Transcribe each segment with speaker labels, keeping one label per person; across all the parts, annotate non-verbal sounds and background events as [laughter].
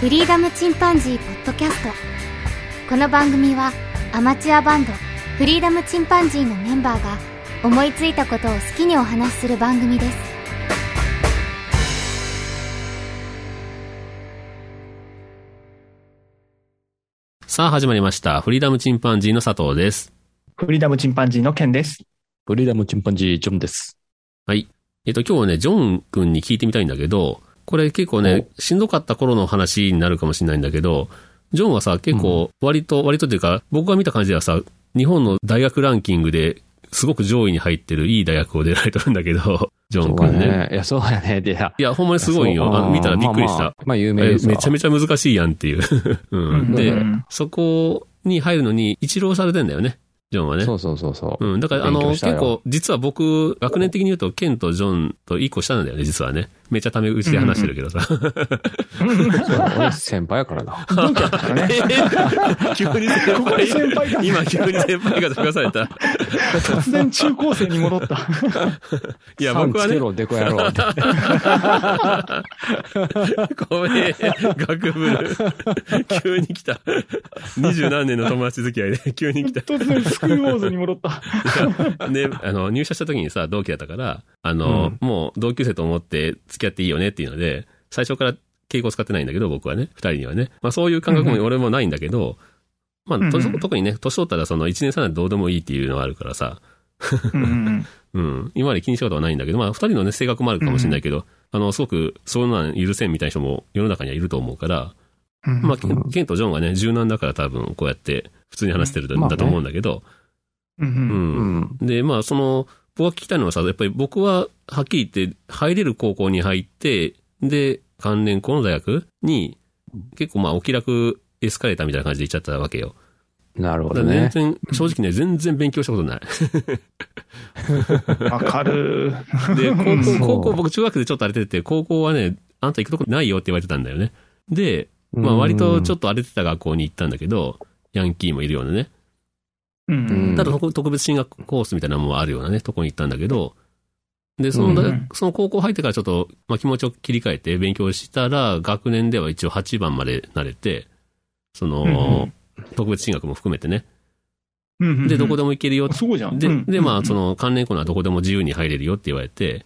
Speaker 1: フリーダムチンパンジーポッドキャストこの番組はアマチュアバンドフリーダムチンパンジーのメンバーが思いついたことを好きにお話しする番組です
Speaker 2: さあ始まりました。フリーダムチンパンジーの佐藤です。
Speaker 3: フリーダムチンパンジーのケンです。
Speaker 4: フリーダムチンパンジー、ジョンです。
Speaker 2: えっと、今日はね、ジョン君に聞いてみたいんだけど、これ結構ね、しんどかった頃の話になるかもしれないんだけど、ジョンはさ、結構、割と、割とっていうか、僕が見た感じではさ、日本の大学ランキングですごく上位に入ってるいい大学を出られてるんだ
Speaker 4: [laughs]
Speaker 2: けど、ジョン君ね。
Speaker 4: いや、そうやね。いや、
Speaker 2: いや、ほんまにすごいよ。あの見たらびっくりした。
Speaker 4: まあ、まあ有名
Speaker 2: え
Speaker 4: です
Speaker 2: めちゃめ
Speaker 4: ち
Speaker 2: ちゃ難しいやんっていう。 [laughs] う
Speaker 3: うん
Speaker 2: ん、で、
Speaker 3: うん
Speaker 2: そこに入るのに一浪されてんだよね、ジョンはね。
Speaker 4: そうそうそうそう。
Speaker 2: うん。だから、あの、
Speaker 4: 勉強
Speaker 2: 結
Speaker 4: したよ
Speaker 2: 構、実は僕、学年的に言うと、ケンとジョンと一個下なんだよね、実はね。めっちゃタメ口で話してるけどさ。
Speaker 4: そう俺先輩やからな。
Speaker 3: 元気やったからね。
Speaker 2: [laughs] 急に先
Speaker 3: ここで先輩
Speaker 4: [laughs]
Speaker 3: が
Speaker 2: 今、急に先輩が出された。
Speaker 3: 突然中高生に
Speaker 2: [laughs]
Speaker 3: 戻った。
Speaker 2: [laughs] いや、
Speaker 4: さん
Speaker 2: 僕は
Speaker 4: つけ
Speaker 2: ね、
Speaker 4: ろ、デコ野郎って。
Speaker 2: ごめん、学
Speaker 4: [laughs]
Speaker 2: 部、急に来た。二十何年の友達付き合いで、急に来た。
Speaker 3: 突然スクールウォーズに戻った。
Speaker 2: で、あの、入社した時にさ、同期だったから、あの、もう同級生と思って付き合っていいよねっていうので、最初から敬語使ってないんだけど、僕はね、二人にはね。まあそういう感覚
Speaker 3: うんう
Speaker 2: も俺もないんだけど、まあ、
Speaker 3: うん
Speaker 2: と
Speaker 3: うん
Speaker 2: 特にね、年取ったらその一年差なんてどうでもいいっていうのはあるからさ、
Speaker 3: うん
Speaker 2: うん、今まで気にしたことはないんだけど、まあ二人のね、性格もあるかもしれないけど、あの、すごく、そんなん許せんみたいな人も世の中にはいると思うから、
Speaker 3: うん
Speaker 2: まあ、
Speaker 4: うん
Speaker 2: ケンとジョンがね、柔軟だから多分こうやって普通に話してる
Speaker 4: うん
Speaker 2: んだと思うんだけど、[laughs]
Speaker 3: う
Speaker 2: うんん
Speaker 4: うん。
Speaker 2: で、まあ、その、僕が聞きたいのはさ、やっぱり僕は、はっきり言って、入れる高校に入って、で、関連校の大学に、結構まあ、お気楽エスカレーターみたいな感じで行っちゃったわけよ。
Speaker 4: なるほ
Speaker 2: だ
Speaker 4: ど
Speaker 2: から全
Speaker 4: ね。
Speaker 2: 然、正直ね、全然勉強したことない。
Speaker 3: わかる。
Speaker 2: で、
Speaker 4: そ
Speaker 2: 高
Speaker 4: う
Speaker 2: 校、高校、僕中学でちょっと荒れてて、高校はね、あんた行くとこないよって言われてたんだよね。で、まあ、割とちょ
Speaker 4: っ
Speaker 2: っと荒れてた学校に行ったんだけど、ヤンキーもいるようなね。
Speaker 3: うん
Speaker 2: ただ特特別進学コースみたいなのもあるようなね、とこに行ったんだけど、で、その大学、
Speaker 3: うん
Speaker 2: その高校入ってからちょっと、まあ、気持ちを切り替えて勉強したら、学年では一応8番までなれて、その、特別進学も含めてね。
Speaker 3: うん
Speaker 2: で、どこ
Speaker 3: で
Speaker 2: でも行けるよっ
Speaker 3: も。すごいじゃん。
Speaker 2: で
Speaker 3: うん、
Speaker 2: で、まあ、そ、の、関連校のはどこでも自由に入れるよって言われて、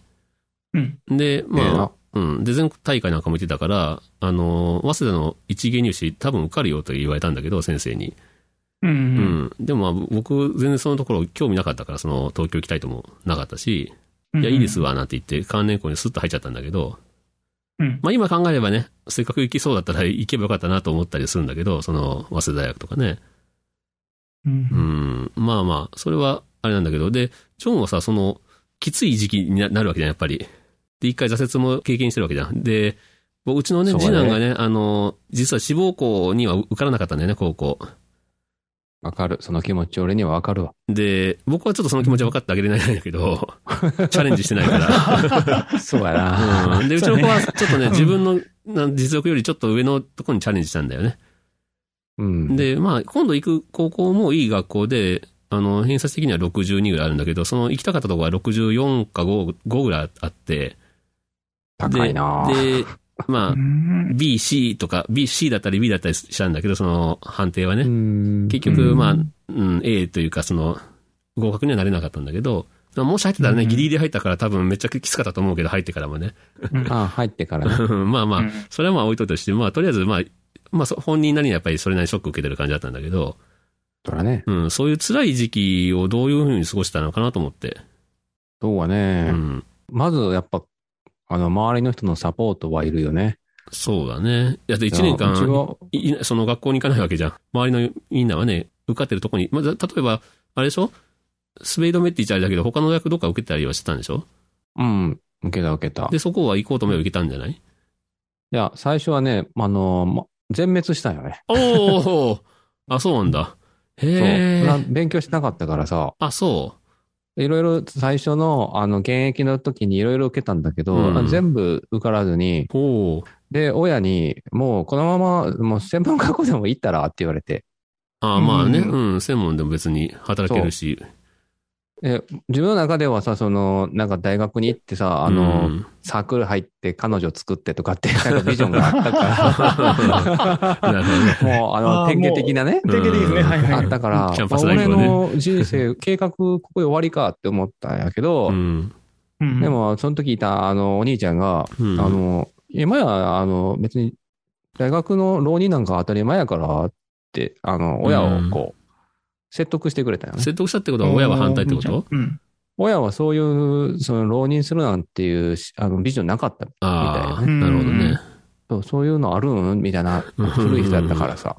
Speaker 3: うん
Speaker 2: で、
Speaker 4: ええ
Speaker 2: ま
Speaker 4: な
Speaker 2: あ、うん。で、全国大会なんかも行ってたから、あの、早稲田の一芸入試多分受かるよと言われたんだけど、先生に。
Speaker 3: うん
Speaker 2: う
Speaker 3: うん
Speaker 2: ん。でもまあ僕、全然そのところ興味なかったから、その東京行きたいともなかったし、
Speaker 3: うん。
Speaker 2: いや、いいですわ、なんて言って、関連校にスッと入っちゃったんだけど、
Speaker 3: うん。
Speaker 2: まあ今考えればね、せっかく行きそうだったら行けばよかったなと思ったりするんだけど、その、早稲田大学とかね。
Speaker 3: う。
Speaker 2: うんん。まあまあ、それはあれなんだけど、で、ジョンはさ、その、きつい時期にななるわけじゃん、やっぱり。で、一回挫折も経験してるわけじゃん。で、僕うちのね、
Speaker 4: そうだ
Speaker 2: 次
Speaker 4: ね
Speaker 2: 男がね、あの、実は志望校には受からなかったんだよね、高校。
Speaker 4: わかる。その気持ち、俺にはわかるわ。
Speaker 2: [laughs] で、僕はちょっとその気持ちは分かってあげれないんだけど、チャレンジしてないか
Speaker 4: そうや
Speaker 2: ら。うん、で、うち
Speaker 3: そ
Speaker 2: の
Speaker 3: うね
Speaker 2: 子はちょっとね、自分のな実力よりちょっと上のとこにチャレンジしたんだよね。
Speaker 4: [laughs] うん。、
Speaker 2: で、まあ、今度行く高校もいい学校で、あの、偏差値的には62ぐらいあるんだけど、その行きたかったとこは64か 5, 5ぐらいあって、で、
Speaker 4: 高いなぁ
Speaker 2: で、ま
Speaker 3: う
Speaker 2: あ、
Speaker 3: ん
Speaker 2: B、C とか、B、C だったり B だったりしたんだけど、その判定はね。
Speaker 4: うん
Speaker 2: 結局、
Speaker 3: うん
Speaker 2: まあ、うん、A というか、その、合格にはなれなかったんだけど、まあもし入ってたら
Speaker 3: う
Speaker 2: ね、
Speaker 3: ん
Speaker 2: ギリギリ入ったから多分めっちゃきつかったと思うけど、入ってからもね。 [laughs]
Speaker 4: あ、入ってからね。
Speaker 2: まあま
Speaker 3: う
Speaker 2: あ
Speaker 3: ん、
Speaker 2: それはまあ置いといてとして、まあとりあえず、まあ、まあそ本人なりにやっぱりそれなりにショック受けてる感じだったんだけど、
Speaker 4: そらね。
Speaker 2: うん、そういう辛い時期をどういうふうに過ごしたのかなと思って。
Speaker 4: そうは
Speaker 2: う
Speaker 4: ね。
Speaker 2: ん。
Speaker 4: まず、やっぱ、あの、周りの人のサポートはいるよね。
Speaker 2: そうだね。だって1年
Speaker 4: うち
Speaker 2: 間、
Speaker 4: はい
Speaker 2: いその学校に行かないわけじゃん。周りのみんなはね、受かってるとこに、まあ、例えば、あれでしょ滑り止めって言っちゃあれだけど、他の大学どっか受けたりはしてたんでしょ
Speaker 4: うん。受けた受けた。
Speaker 2: で、そこは行こうと思えば行けたんじゃない
Speaker 4: いや、最初はね、あの、ま全滅したんよね。
Speaker 2: おおあ、そうなんだ。
Speaker 4: そう
Speaker 2: へ
Speaker 4: な
Speaker 2: え。
Speaker 4: 勉強しなかったからさ、
Speaker 2: あ、そ
Speaker 4: いろいろ最初の、あの、現役の時にいろいろ受けたんだけど、
Speaker 2: うん
Speaker 4: 全部受からずに、
Speaker 2: う。おお。
Speaker 4: で、親に、もうこのまま、もう専門学校でも行ったらって言われて、
Speaker 2: あまあね、
Speaker 3: う
Speaker 2: うん、専門でも別に働けるし。
Speaker 4: え、自分の中ではさ、その、なんか大学に行ってさ、あの、
Speaker 2: うん
Speaker 4: サークル入って彼女作ってとかって、なんかビジョンがあった
Speaker 2: なるほどね。
Speaker 4: か
Speaker 2: [laughs]
Speaker 4: ら、もう、あの、
Speaker 3: あー
Speaker 4: 典型的なね、
Speaker 3: 典型的ですね。
Speaker 2: うん
Speaker 3: はい
Speaker 4: あ
Speaker 3: はい。
Speaker 4: ったから、
Speaker 2: キャンパ
Speaker 4: あ
Speaker 2: スライ
Speaker 4: 俺
Speaker 2: フはね
Speaker 4: の人生、計画、ここで終わりかって思ったんやけど、
Speaker 2: うん。
Speaker 3: うん
Speaker 4: で、も、その時いた、あの、お兄ちゃんが、
Speaker 2: うん
Speaker 4: あの、今や、あの、別に、大学の浪人なんか当たり前やからって、あの、親をこう、説得してくれたよね。
Speaker 2: 説得したってことは親は反対ってこと
Speaker 3: うん。
Speaker 4: 親はそういう、その浪人するなんていうし、あの、ビジョンなかった。
Speaker 2: ああ、
Speaker 3: みたいな
Speaker 2: な
Speaker 3: ね
Speaker 2: るほどね。
Speaker 4: そうそういうのあるんみたいな、
Speaker 2: うん
Speaker 4: 古い人だったからさ。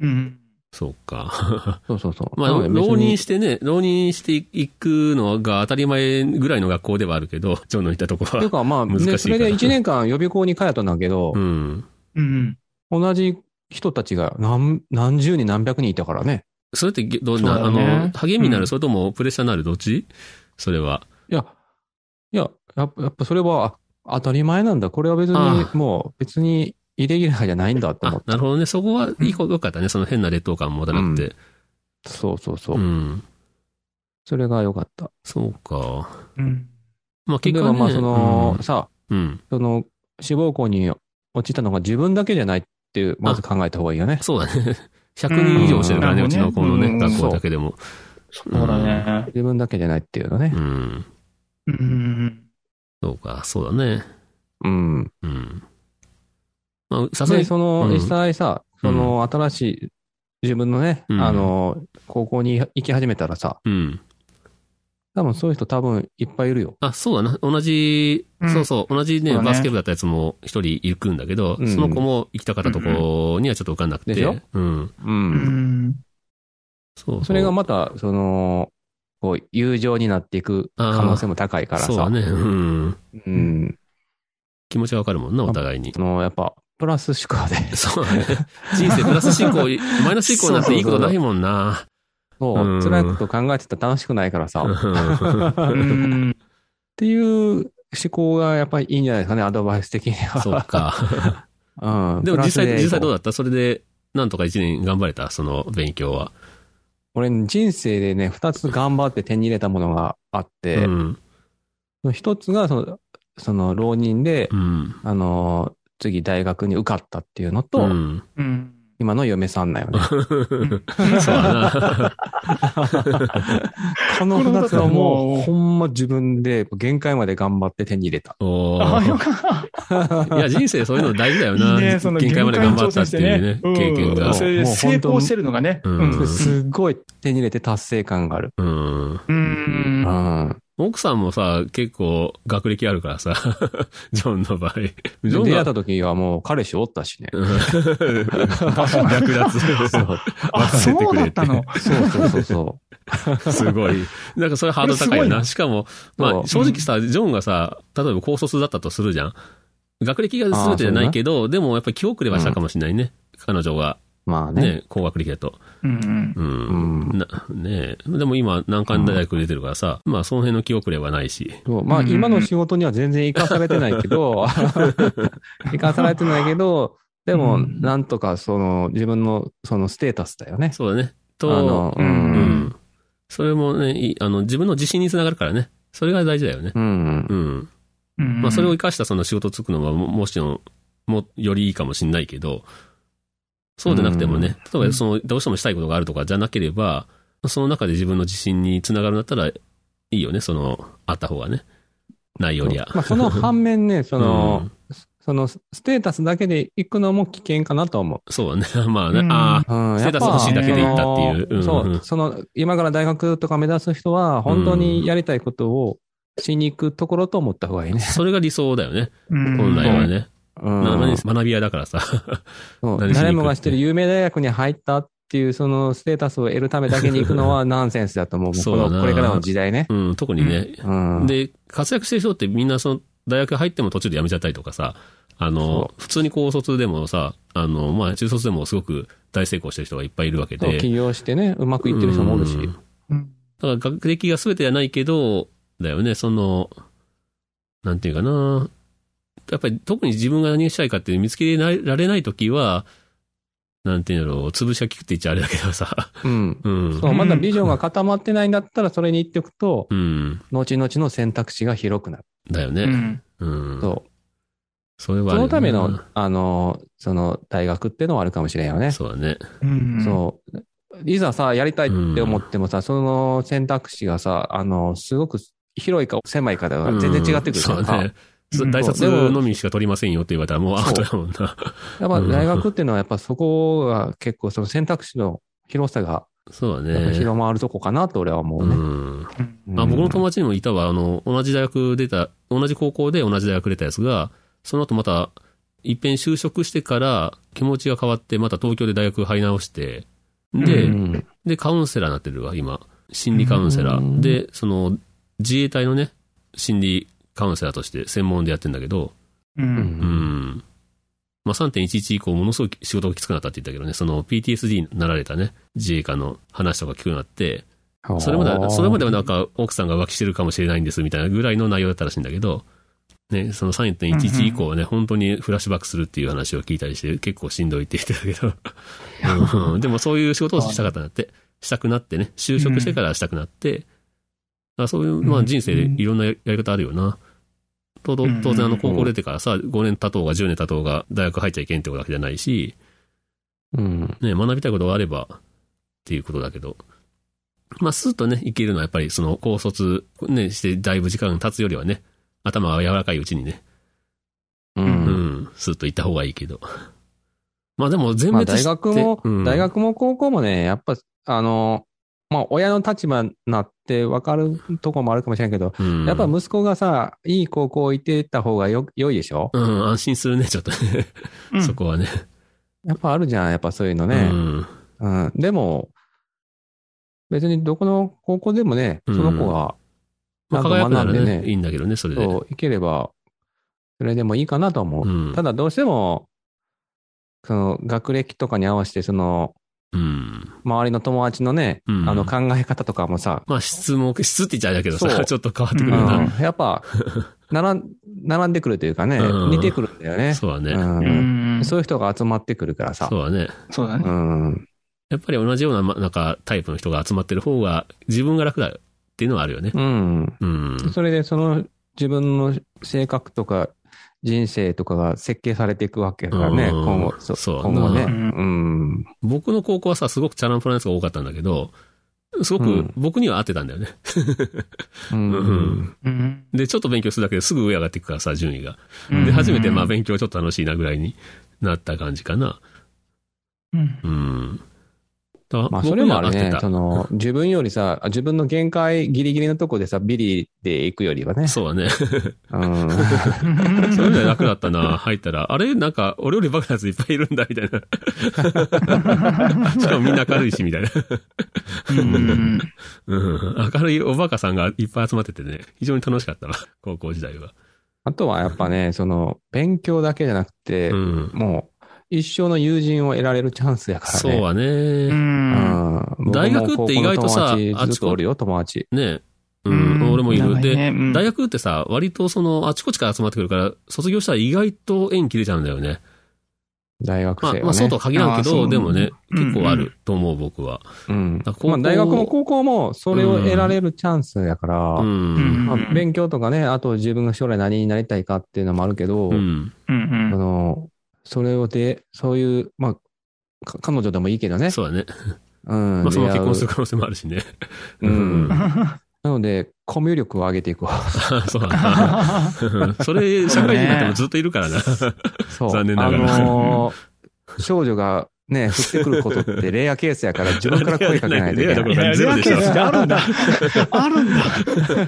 Speaker 3: うん。
Speaker 2: そうか。
Speaker 4: そうそうそう。
Speaker 2: まあ、
Speaker 4: なので別に
Speaker 2: 浪人してね、浪人していくのが当たり前ぐらいの学校ではあるけど、ジョンのいたとこ
Speaker 4: ってい
Speaker 2: は
Speaker 4: う。かまあ、
Speaker 2: 難しいか
Speaker 4: ね、
Speaker 2: ら
Speaker 4: それで1年間予備校に通ったんだけど
Speaker 2: う、ん。
Speaker 3: うん。
Speaker 4: 同じ人たちが何何十人何百人いたからね。
Speaker 2: それってげどん
Speaker 3: そ
Speaker 2: な、あ
Speaker 3: うだね
Speaker 2: の、励みにな
Speaker 3: う
Speaker 2: る、
Speaker 3: ん
Speaker 2: それともプレッシャーになる、どっちそれは。
Speaker 4: いや、いや、やっぱやっぱそれはあ当たり前なんだ。これは別に
Speaker 2: あ、
Speaker 4: もう別にイレギュラーじゃないんだと思
Speaker 2: あ
Speaker 4: っ、
Speaker 2: なるほどね。そこはいいことよかったね。その変な劣等感持たなくて。
Speaker 4: た。そうそうそうう。
Speaker 2: ん。
Speaker 4: それが良かった。
Speaker 2: そうか。
Speaker 3: うん。
Speaker 2: まあ、
Speaker 4: 例
Speaker 2: 結
Speaker 4: え
Speaker 2: 果は
Speaker 4: ば
Speaker 2: ね
Speaker 4: まあ、その、さ、
Speaker 2: うんうん。
Speaker 4: その、志望校に落ちたのが自分だけじゃないっていう、まず考えた方がいいよね。
Speaker 2: そうだね。100人以 [laughs] 上してるからね、
Speaker 3: う
Speaker 2: うんちの子の
Speaker 3: う
Speaker 2: ね、
Speaker 3: ん
Speaker 2: 学校だけでも。
Speaker 3: そうだね。
Speaker 4: 自分だけじゃないっていうのね
Speaker 2: う。ん。
Speaker 3: うん。
Speaker 2: そうか、そうだね。
Speaker 4: うん。
Speaker 2: うん。まあ、さすが
Speaker 4: で、
Speaker 2: に、
Speaker 4: その、
Speaker 2: うん
Speaker 4: 実際さ、その、新しい、自分のね、
Speaker 2: うん
Speaker 4: あの、高校に行き始めたらさ、
Speaker 2: うん。
Speaker 4: 多分そういう人多分いっぱいいるよ。
Speaker 2: あ、そうだな。同じ、
Speaker 3: うん
Speaker 2: そうそう、同じね、
Speaker 3: そうだね
Speaker 2: バスケ部だったやつも一人行くんだけど、
Speaker 4: うん
Speaker 2: その子も行きたかったとこにはちょっと受かんなくて。
Speaker 4: でしょ
Speaker 2: うん。
Speaker 4: う。
Speaker 3: うんん。
Speaker 2: そうそう。
Speaker 4: それがまた、その、こう、友情になっていく可能性も高いから
Speaker 2: そうだ
Speaker 4: さ。
Speaker 2: ね。うん。
Speaker 4: うん。
Speaker 2: 気持ちはわかるもんな、お互いに
Speaker 4: そ。の、やっぱ、プラス思考で。
Speaker 2: [laughs] そうだね。人生プラス進行、マイナス進行なんていいことないもんな。
Speaker 4: そうう、
Speaker 2: ん
Speaker 4: 辛いこと考えてたら楽しくないからさ。
Speaker 3: うん。
Speaker 4: っていう思考がやっぱりいいんじゃないですかね、アドバイス的には。
Speaker 2: そうか。
Speaker 4: うん。
Speaker 2: でも実際、実際どう
Speaker 4: だ
Speaker 2: だったそれで、なんとか一年頑張れたその勉強は。
Speaker 4: 俺人生でね、二つ頑張って手に入れたものがあって
Speaker 2: う、ん。
Speaker 4: その一、つがその、その浪人で、
Speaker 2: うん。
Speaker 4: あのー、次大学に受かったっていうのと、
Speaker 2: うん。
Speaker 3: うん。
Speaker 4: 今の嫁さんだよね。
Speaker 2: そうだな。
Speaker 4: この
Speaker 3: この
Speaker 4: 二つはも
Speaker 3: 二つはも
Speaker 4: う、
Speaker 3: う
Speaker 4: ほんま自分で限界まで頑張って手に入れた。
Speaker 2: おー
Speaker 3: ああ、よかった。
Speaker 2: いや、人生そういうの大事だよな。
Speaker 3: いいねその
Speaker 2: 限界まで頑張ったっていうね、
Speaker 3: 限界
Speaker 2: 経
Speaker 3: に挑戦してね
Speaker 2: 験
Speaker 3: う
Speaker 2: が
Speaker 3: ん。それで成功してるのがね。
Speaker 2: うん
Speaker 3: うん
Speaker 4: すっごい手に入れて達成感がある。
Speaker 2: うん。
Speaker 3: うん。
Speaker 4: うん。
Speaker 2: 奥さんもさ、結構学歴あるからさ、 [laughs] ジョンの場合。ジ
Speaker 4: で
Speaker 2: ョン
Speaker 4: 出会っ
Speaker 2: が
Speaker 4: た時はもう彼氏おったしね。
Speaker 2: うん、略奪
Speaker 4: そう
Speaker 3: あ、そうだったの。
Speaker 4: そうそうそうそう。
Speaker 2: すごい。なんかそれハードル高いよ
Speaker 3: これすごい
Speaker 2: な。
Speaker 3: な
Speaker 2: しかも、ま
Speaker 4: そ
Speaker 2: あ
Speaker 4: う
Speaker 2: 正直さ、ジョンがさ、例えば高卒だったとするじゃん。学歴が全てじゃないけど、でもやっぱり気遅れはしたかもしれないね。彼女が
Speaker 4: まあね。
Speaker 2: ね、高学歴だと。
Speaker 3: うん。
Speaker 2: う。
Speaker 4: うんん。
Speaker 2: な、ねえでも今、難関大学出てるからさ、まあその辺の気遅れはないし。
Speaker 4: そうまあ、
Speaker 3: うん
Speaker 4: 今の仕事には全然生かされてないけど、生かされてないけど、でも、
Speaker 3: うん
Speaker 4: なんとか、その、自分の、その、ステータスだよね。
Speaker 2: そうだね。
Speaker 4: あ
Speaker 2: と、
Speaker 4: の、う。
Speaker 2: うんん。それもね、いいあの、自分の自信につながるからね。それが大事だよね。
Speaker 4: うん。
Speaker 2: うん。
Speaker 3: うん
Speaker 2: まあ、それを生かしたその仕事つくのはも、もちろん、も、よりいいかもしれないけど、そうでなくてもね、例えばその、どうしてもしたいことがあるとかじゃなければ、その中で自分の自信につながるんだったら、いいよね、その、あった方がね。ないよりは。
Speaker 4: まあ、その反面ね、その、
Speaker 2: うん
Speaker 4: その、ステータスだけで行くのも危険かなと思う。
Speaker 2: そうだね。 [laughs] まあね、
Speaker 3: うん
Speaker 2: あ
Speaker 4: うん、
Speaker 2: ステータス欲しいだけで行ったっていう
Speaker 4: やぱ
Speaker 2: うん
Speaker 4: そうの
Speaker 2: ん
Speaker 4: そう、その、今から大学とか目指す人は、本当にやりたいことをしに行くところと思った方がいい
Speaker 2: あ、
Speaker 4: ね。
Speaker 2: それが理想だよね、
Speaker 3: うん
Speaker 2: 本来はね。
Speaker 4: うん
Speaker 2: な何せ学び屋だからさ。
Speaker 4: そう
Speaker 2: 何しに行く
Speaker 4: 誰もが知ってる有名大学に入ったっていう、そのステータスを得るためだけに行く
Speaker 2: [laughs]
Speaker 4: のはナンセンスだと思う。もうこ
Speaker 2: そうだな
Speaker 4: のこれからの時代ね。
Speaker 2: うん、特にね、
Speaker 4: うん。
Speaker 2: で、活躍してる人ってみんなその、大学入っても途中で辞めちゃったりとかさ、あの
Speaker 4: そ、
Speaker 2: 普通に高卒でもさ、あの、まあ中卒でもすごく大成功してる人がいっぱいいるわけ
Speaker 4: そう
Speaker 2: で。
Speaker 4: 起業してね、うまくいってる人もおるし
Speaker 2: う。ん
Speaker 3: うん
Speaker 2: だから学歴が全てじゃないけど、だよね、その、なんていうかな、やっぱり特に自分が何をしたいかって見つけられないときは、なんていうのやろ、つぶしゃ聞くって言っちゃあれだけどさ。 [laughs]
Speaker 4: うん。
Speaker 2: うん
Speaker 4: そ。う、まだビジョンが固まってないんだったら、それに言っておくと、
Speaker 2: うん。
Speaker 4: 後々の選択肢が広くなる。
Speaker 2: だよ
Speaker 3: う
Speaker 2: ね。
Speaker 3: ん。
Speaker 2: うん。
Speaker 4: そう。
Speaker 2: それはあるよ
Speaker 4: その
Speaker 2: な
Speaker 4: ための、あの、その大学ってのはあるかもしれんよね。そ
Speaker 2: そうだね。
Speaker 3: うん
Speaker 4: う。いざさ、やりたいって思ってもさ、その選択肢がさ、あの、すごく広いか狭いかでは全然違ってくるか
Speaker 2: そう
Speaker 4: らさ、
Speaker 2: だね。
Speaker 3: うん
Speaker 2: そう大卒
Speaker 4: そうでも
Speaker 2: のみしか取りませんよって言われたらもうアウトだもんな。
Speaker 4: やっぱ大学っていうのはやっぱそこが結構その選択肢の広さが
Speaker 2: そうだ
Speaker 4: やっぱ
Speaker 2: ね。
Speaker 4: 広まるとこかなと俺は思う
Speaker 2: う
Speaker 4: ね。
Speaker 2: ん。
Speaker 3: うん
Speaker 2: あ、僕の友
Speaker 4: 達
Speaker 2: 達にもいたわ。あの、同じ大学出た、同じ高校で同じ大学出たやつが、その後また、一遍就職してから気持ちが変わって、また東京で大学入り直して、で、
Speaker 3: う
Speaker 2: で、カウンセラーになってるわ、今。心理カウンセラ
Speaker 4: うん
Speaker 2: ー。で、その、自衛隊のね、心理カウンセラーとして専門でやってんだけど、
Speaker 3: う。
Speaker 4: うんん。
Speaker 2: まあ、3.11以降、ものすごく仕事がきつくなったって言ったけどね、その PTSD になられたね、自衛官の話とか聞くようになって、それまで、それまではなんか奥さんが浮気してるかもしれないんですみたいなぐらいの内容だったらしいんだけど、ね、その3.11以降はね、本当にフラッシュバックするっていう話を聞いたりして、結構しんどいって言ってたけど、うんでもそういう仕事をしたかったなって、したくなってね、就職してからしたくなって、あそういう、まあ人生でいろんなやり方あるよな。とと当然あの高校出てからさ、5年経とうが10年経とうが大学入っちゃいけんってことだけじゃないし、
Speaker 4: うん。
Speaker 2: ね、学びたいことがあればっていうことだけど、まあ、スッとね、いけるのはやっぱりその高卒、ね、してだいぶ時間経つよりはね、頭が柔らかいうちにね、
Speaker 4: う。
Speaker 2: うんん、スッと行った方がいいけど。まあでも全
Speaker 4: まあ
Speaker 2: 滅
Speaker 4: 大
Speaker 2: して、
Speaker 4: 学も、
Speaker 2: うん
Speaker 4: 大学も高校もね、やっぱ、あの、まあ親の立場になって分かるとこもあるかもしれんけど、
Speaker 2: うん、
Speaker 4: やっぱ息子がさ、いい高校行ってた方がよ、良いでしょ
Speaker 2: うん、安心するね、ちょっとね。
Speaker 3: うん
Speaker 2: そこはね。
Speaker 4: やっぱあるじゃん、やっぱそういうの
Speaker 2: う
Speaker 4: ね。
Speaker 2: ん。
Speaker 4: うん。でも、別にどこの高校でもね、その子が、
Speaker 2: まあ、
Speaker 4: な
Speaker 2: 輝
Speaker 4: ん
Speaker 2: くな
Speaker 4: か学ん
Speaker 2: ら
Speaker 4: で
Speaker 2: ね、い
Speaker 4: ね、
Speaker 2: いんだけどね、それで。
Speaker 4: そう、いければ、それでもいいかなとは思う。
Speaker 2: うん
Speaker 4: ただどうしても、その学歴とかに合わせて、その、
Speaker 2: うん。
Speaker 4: 周りの友達のね、
Speaker 2: うん
Speaker 4: あの考え方とかもさ、
Speaker 2: まあ、質も、質って言っちゃあれだけど
Speaker 4: そ
Speaker 2: さ、
Speaker 4: う
Speaker 2: ちょっと変わってくる
Speaker 3: ん
Speaker 2: よな。
Speaker 4: うんや
Speaker 2: [laughs]
Speaker 4: っぱ、並ん、並んでくるというかね、
Speaker 2: うん
Speaker 4: 似てくるんだよね。
Speaker 2: そうだね。
Speaker 4: う
Speaker 3: うんん。
Speaker 4: そういう人が集まってくるからさ。
Speaker 2: そうだね。
Speaker 3: そうだ
Speaker 4: う
Speaker 3: ね。
Speaker 4: ん。
Speaker 2: やっぱり同じような、まなんか、タイプの人が集まってる方が、自分が楽だっていうのはあるよね。
Speaker 4: うん。
Speaker 2: うん。
Speaker 4: それでその自分の性格とか人生とかが設計されていくわけだからね、
Speaker 2: うん
Speaker 4: 今後、そ
Speaker 2: そう
Speaker 4: 今後ね。
Speaker 2: う
Speaker 4: うん。
Speaker 2: 僕の高校はさ、すごくチャランポラなやつが多かったんだけど、すご
Speaker 4: う
Speaker 2: く
Speaker 4: ん
Speaker 2: 僕には合ってたんだよね。う
Speaker 4: う
Speaker 2: ん
Speaker 4: ん。
Speaker 3: うん。
Speaker 2: で、ちょっと勉強するだけですぐ上上がっていくからさ、順位が。
Speaker 4: うん
Speaker 2: で、初めてまあ
Speaker 3: べ。
Speaker 2: 勉強ちょっと楽しいなぐらいになった感じかな。
Speaker 3: うん
Speaker 2: うん。だ
Speaker 4: まあ、それもある
Speaker 2: 僕に
Speaker 4: ね
Speaker 2: は合っ。て
Speaker 4: その、自分よりさ、自分の限界ギリギリのとこでさ、ビリで行くよりはね
Speaker 2: た。。そうだね。
Speaker 4: うん。
Speaker 2: そういうのは楽だったな、 [laughs] 入ったら。あれなんか、俺よりバカなやついっぱいいるんだ、みたいな。 [laughs] しかもみんな明るいし、みたいな。
Speaker 3: うん
Speaker 2: うん。明るいおバカさんがいっぱい集まっててね、非常に楽しかったわ、高校時代は。
Speaker 4: あとはやっぱね、その、勉強だけじゃなくて、
Speaker 2: うん。
Speaker 4: もう、一生の友人を得られるチャンスやからね。
Speaker 2: そうは
Speaker 3: う
Speaker 2: ね。
Speaker 3: ん。
Speaker 4: うん。
Speaker 2: 大学って意外とさ
Speaker 4: 僕も高校の友達ずっとおるよ、友達。
Speaker 2: ねうん、俺もいる。で、大
Speaker 3: 学
Speaker 2: 学ってさ、割とその、あちこちから集まってくるから、卒業したら意外と縁切れちゃうんだよね。
Speaker 4: 大学生
Speaker 2: まあ、
Speaker 4: はね。
Speaker 2: まあ、そうとは限らんけ
Speaker 3: あーそ
Speaker 2: ど、
Speaker 3: う
Speaker 2: でもね、
Speaker 3: うん
Speaker 2: 結構あると思う、僕は。
Speaker 4: うん
Speaker 2: だから高校
Speaker 4: まあ、大学も高校もそれを得られるチャンスやから、
Speaker 2: うん。
Speaker 4: まあ
Speaker 3: うん
Speaker 4: 勉強とかね、あと自分が将来何になりたいかっていうのもあるけど、
Speaker 2: うん。
Speaker 4: あ
Speaker 3: うん
Speaker 4: のそれをで、そういう、まあ、か彼女でもいいけどね。
Speaker 2: そうだね。
Speaker 4: うん
Speaker 2: まあ、その結婚する
Speaker 4: 出会
Speaker 2: 可能性もあるし
Speaker 4: [laughs]
Speaker 2: ね。
Speaker 4: ううん
Speaker 2: う。ん
Speaker 4: なので、コミュ力を上げていこ
Speaker 2: [laughs] そうだな。それ、社会人になってもずっといるから
Speaker 4: [laughs]
Speaker 2: な。
Speaker 4: う。そう。
Speaker 2: 残念ながら
Speaker 4: あのー少女がね、降ってくることってレアケースやから、自分から声かけないといけ
Speaker 2: レア
Speaker 4: な
Speaker 2: だ
Speaker 4: い。
Speaker 3: いや、ゼロケースってあるんだ。あるん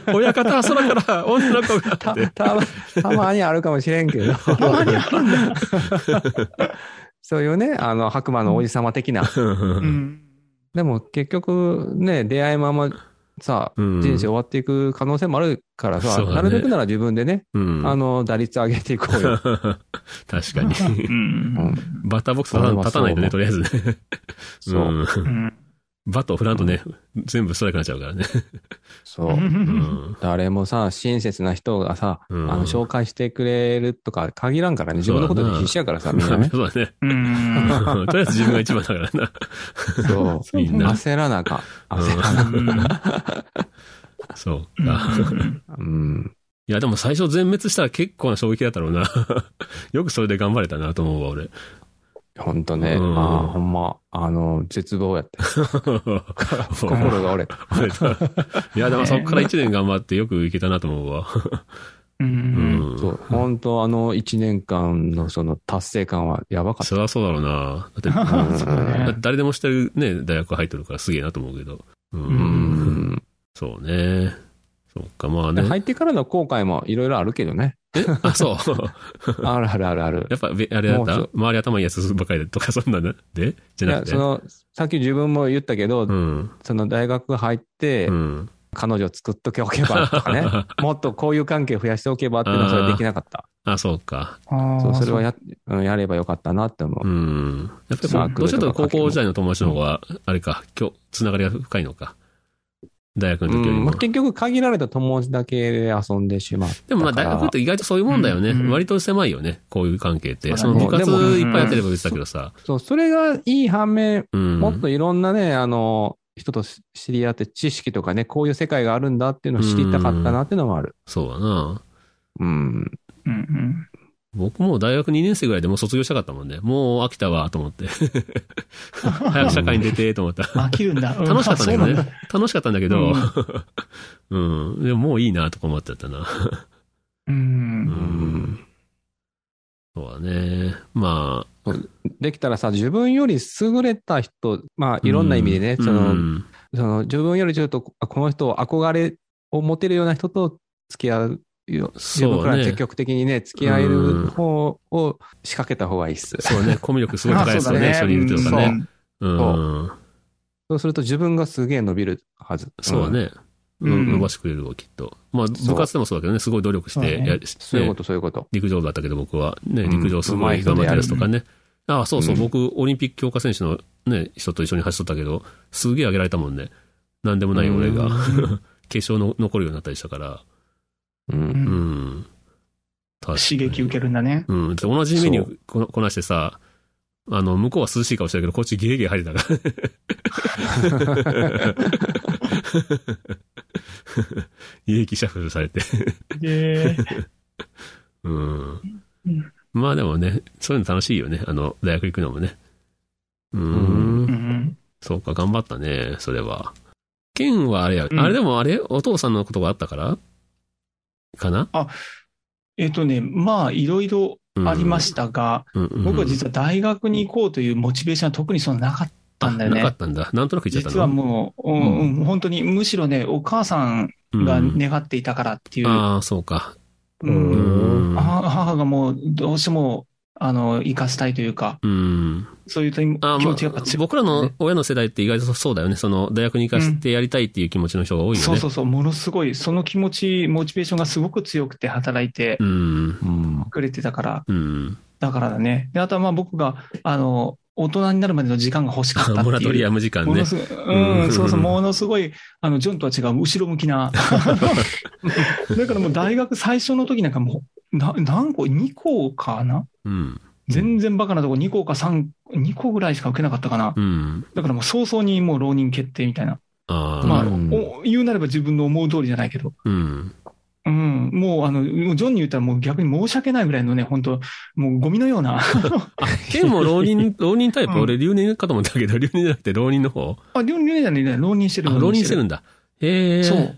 Speaker 3: だ。
Speaker 2: 親方は空から女の子が
Speaker 4: た
Speaker 2: って。
Speaker 4: たまたまにあるかもしれんけ
Speaker 2: [laughs]
Speaker 4: ど。
Speaker 3: たまにあるんだ。
Speaker 4: [laughs] そういうね、あの、白馬の王子様的な。
Speaker 3: うん。
Speaker 4: でも結局ね、出会いままさ、
Speaker 2: うん
Speaker 4: 人生終わっていく可能性もあるからさ、
Speaker 2: そうだね
Speaker 4: なるべくなら自分でね、
Speaker 2: うん
Speaker 4: あの、打率上げていこ
Speaker 2: [laughs]
Speaker 4: うよ。
Speaker 2: 確かに。
Speaker 3: うん。
Speaker 4: うん
Speaker 2: バッターボックス立た立たないとね、とりあえずね。
Speaker 4: そう。
Speaker 2: ん
Speaker 3: うん。
Speaker 2: バットを振らんとね、全部ストライクになっちゃうからね。
Speaker 4: そ
Speaker 2: う
Speaker 4: う。
Speaker 2: ん。
Speaker 4: 誰もさ、親切な人がさ、
Speaker 2: うん
Speaker 4: あの、紹介してくれるとか限らんからね、自分のこと
Speaker 2: そう
Speaker 4: で
Speaker 2: だな
Speaker 4: 必死やからさ、みん
Speaker 2: ま
Speaker 4: な
Speaker 2: あね
Speaker 4: ね。
Speaker 2: [laughs] そうだね。
Speaker 3: うん
Speaker 2: うんとりあえず自分が一番だからな。
Speaker 4: そう。
Speaker 2: [laughs] みんな。
Speaker 4: 焦らなあかん。焦らな。
Speaker 3: う
Speaker 2: そうか。
Speaker 3: ん
Speaker 4: うん。
Speaker 2: いや、でも最初全滅したら結構な衝撃だったろうな。よくそれで頑張れたなと思うわ、俺。
Speaker 4: ほんとね、
Speaker 2: うん
Speaker 4: ああ、ほんま、あの、絶望
Speaker 2: [laughs]
Speaker 4: やった。
Speaker 2: 心
Speaker 4: 心が折れた。
Speaker 2: [laughs] いや、でもそっから一年頑張ってよくいけたなと思うわ。
Speaker 3: う
Speaker 2: うんん。
Speaker 4: そう。本当あの、一年間のその達成感はやばかっ
Speaker 2: そりゃそうだろうな。だって、
Speaker 4: た。うん
Speaker 3: そうだね
Speaker 2: だって誰でも知ってるね、大学入ってるからすげえなと思うけど。う。
Speaker 4: うんん。
Speaker 2: そうね。そっか、まあ
Speaker 4: で
Speaker 2: ね。
Speaker 4: 入ってからの後悔もいろいろあるけ
Speaker 2: [laughs]
Speaker 4: どね。
Speaker 2: あ、そう。
Speaker 4: あるあるあるある。
Speaker 2: やっぱ、べあれだっ
Speaker 4: もうそ
Speaker 2: た
Speaker 4: う
Speaker 2: 周り頭いいやつばかりでとか、そんなのでじ
Speaker 4: い
Speaker 2: ゃな
Speaker 4: や
Speaker 2: く、て。
Speaker 4: その、さっき自分も言ったけど、
Speaker 2: うん。
Speaker 4: その大学入って、
Speaker 2: うん。
Speaker 4: 彼女作っとけおけばと
Speaker 2: [laughs]
Speaker 4: かね。もっと交友関係増やしておけばっていうのはそれできなかった。
Speaker 2: あ、そうか。
Speaker 3: あー
Speaker 4: そう、それはや、うんやればよかったなって思う
Speaker 2: う。ん。やっぱり
Speaker 4: サ
Speaker 2: も
Speaker 4: ー
Speaker 2: う、
Speaker 4: クル
Speaker 2: どうしても
Speaker 4: とか
Speaker 2: 高校時代の友達の方が、あれか、今日、つながりが深いのか。大学の時より
Speaker 4: うんま
Speaker 2: も
Speaker 4: あ。結局限られた友達だけで遊んでしまった
Speaker 2: でもまあ
Speaker 4: か
Speaker 2: 大
Speaker 4: ら
Speaker 2: 学って意外とそういうもんだよね。
Speaker 3: うんうん
Speaker 2: 割と狭いよね。こういう関係って。そ
Speaker 3: そう
Speaker 2: の
Speaker 3: だね
Speaker 2: 部活
Speaker 4: でも
Speaker 2: いっぱいやってれば別だけどさ。
Speaker 4: そう、それがいい反面、
Speaker 2: うん。
Speaker 4: もっといろんなね、あの、人とし知り合って知識とかね、こういう世界があるんだっていうのを知りたかったなっていうのもある。
Speaker 2: そうだな。
Speaker 4: うん。
Speaker 3: うん
Speaker 2: 僕も大学2年生ぐらいでもう卒業したかったもんね。もう飽きたわ、と思って。早く社会に出て、と思った。
Speaker 3: うん。飽きるんだ。うん
Speaker 2: 楽しかったんだけど。
Speaker 3: あそうな
Speaker 2: ね。楽しかったんだけど、 [laughs] うん。でももういいな、とか思っちゃったな。
Speaker 3: う。
Speaker 2: うんん。そうだね。まあ。
Speaker 4: できたらさ、自分より優れた人、まあ、いろんな意味でね、
Speaker 2: うん
Speaker 4: そうの、
Speaker 2: ん
Speaker 4: その、自分よりちょっと、あこの人を憧れを持てるような人と付き合うよ。自分
Speaker 2: そ
Speaker 4: か
Speaker 2: う
Speaker 4: ら
Speaker 2: ね
Speaker 4: 積。極的にね、付き合える方を仕掛けた方がいいっす。
Speaker 2: そうね。コミュ力すごい高いですよね。
Speaker 3: あ
Speaker 2: 一
Speaker 3: そ
Speaker 2: 緒
Speaker 3: う
Speaker 2: にい
Speaker 3: だ
Speaker 2: るというかね。うん。
Speaker 4: そうすると自分がすげえ伸びるはず。
Speaker 2: そうだ
Speaker 4: ん。
Speaker 2: ね。
Speaker 3: うん
Speaker 2: うん伸ばしてくれるわ、きっと。まあ、
Speaker 4: そ
Speaker 2: 部
Speaker 4: う
Speaker 2: 活でもそうだけどね、すごい努力し
Speaker 3: そう
Speaker 2: て
Speaker 3: だね
Speaker 2: や、し
Speaker 4: そういうこ
Speaker 2: ね
Speaker 4: と、そういうこと。
Speaker 2: 陸上部だったけど僕は、ね、
Speaker 4: うん
Speaker 2: 陸上すごい頑張ったやつとかね。ああ、そうそう、
Speaker 4: うん
Speaker 2: 僕、オリンピック強化選手のね、人と一緒に走っとったけど、すげえ上げられたもんね。なんでもない俺が [laughs]
Speaker 4: う、
Speaker 2: 決勝の残るようになったりしたから。
Speaker 3: う
Speaker 4: う。
Speaker 3: ん
Speaker 2: うんん。確かに
Speaker 3: 刺激受けるんだね。
Speaker 2: うん。だって同じメニューこなこなしてさ、あの、向こうは涼しい顔してるけど、こっちゲーゲー入ってたから。胃液シャッフルされて。
Speaker 3: で、
Speaker 2: うん
Speaker 3: うん。
Speaker 2: まあでもね、そういうの楽しいよね。あの、大学行くのもね。うー。
Speaker 4: うん
Speaker 3: うん
Speaker 2: そうか、頑張ったね、それは。ケンはあれや、
Speaker 3: うん
Speaker 2: あれでもあれお父さんのことがあったからかな
Speaker 3: えっとね、まあ、いろいろありましたが、
Speaker 2: た。うんうん
Speaker 3: 僕は実は大学に行こうというモチベーションは特にそんななかったんだよ
Speaker 2: あなか
Speaker 3: ね
Speaker 2: っ。たんだ。なんとなく言っちゃった
Speaker 3: 実は
Speaker 2: の
Speaker 3: もう、うんうん本当に、むしろね、お母さんが
Speaker 2: うん
Speaker 3: 願っていたからっていう、
Speaker 2: ああ、そうか。
Speaker 3: うん
Speaker 2: う
Speaker 3: 母
Speaker 2: ん。
Speaker 3: 母がもう、どうしても、あの、生かしたいというか、
Speaker 2: うん。
Speaker 3: そういう気
Speaker 2: あ
Speaker 3: 持ちがやっぱ強い
Speaker 2: 僕らの親の世代って意外とそうだよね。その、大学に行かせてやりたいっていう気持ちの人が多いよね。
Speaker 3: そうそうそう、ものすごい、その気持ち、モチベーションがすごく強くて働いて
Speaker 2: うん。
Speaker 4: うん。
Speaker 3: くれてたから、
Speaker 2: うん。
Speaker 3: だからだね。で、あとはまあ僕が、あの、大人になるまでの時間が欲しかったっ
Speaker 2: モラ
Speaker 3: てい
Speaker 2: トリ
Speaker 3: う。
Speaker 2: アム時間
Speaker 3: も
Speaker 2: ね
Speaker 3: の。すごい、う
Speaker 2: うん
Speaker 3: ん、そうそう、ものすごい、あの、ジョンとは違う、後ろ向きな。
Speaker 2: [laughs]
Speaker 3: だからもう大学最初の時なんかもう、な何個 ?2 校かな
Speaker 2: うん。
Speaker 3: 全然バカなとこ2校か3、2校ぐらいしか受けなかったかな。
Speaker 2: うん。
Speaker 3: だからもう早々にもう浪人決定みたいな。
Speaker 2: ああ。
Speaker 3: まあ、
Speaker 4: うん
Speaker 3: お言うなれば自分の思う通りじゃないけど。
Speaker 2: うん。
Speaker 3: うん、もう、あの、もうジョンに言ったらもう逆に申し訳ないぐらいのね、本当もうゴミのよ
Speaker 2: [laughs]
Speaker 3: うな。
Speaker 2: ケンも浪
Speaker 3: [laughs]
Speaker 2: 人、浪人タイプ、
Speaker 3: うん
Speaker 2: 俺留年かと思ったけど、留年じゃなくて浪人の方。
Speaker 3: あ、留年じゃないね、浪人して
Speaker 2: あ
Speaker 3: る。
Speaker 2: 浪人してる
Speaker 3: る。
Speaker 2: んだ。へえ。
Speaker 3: そう。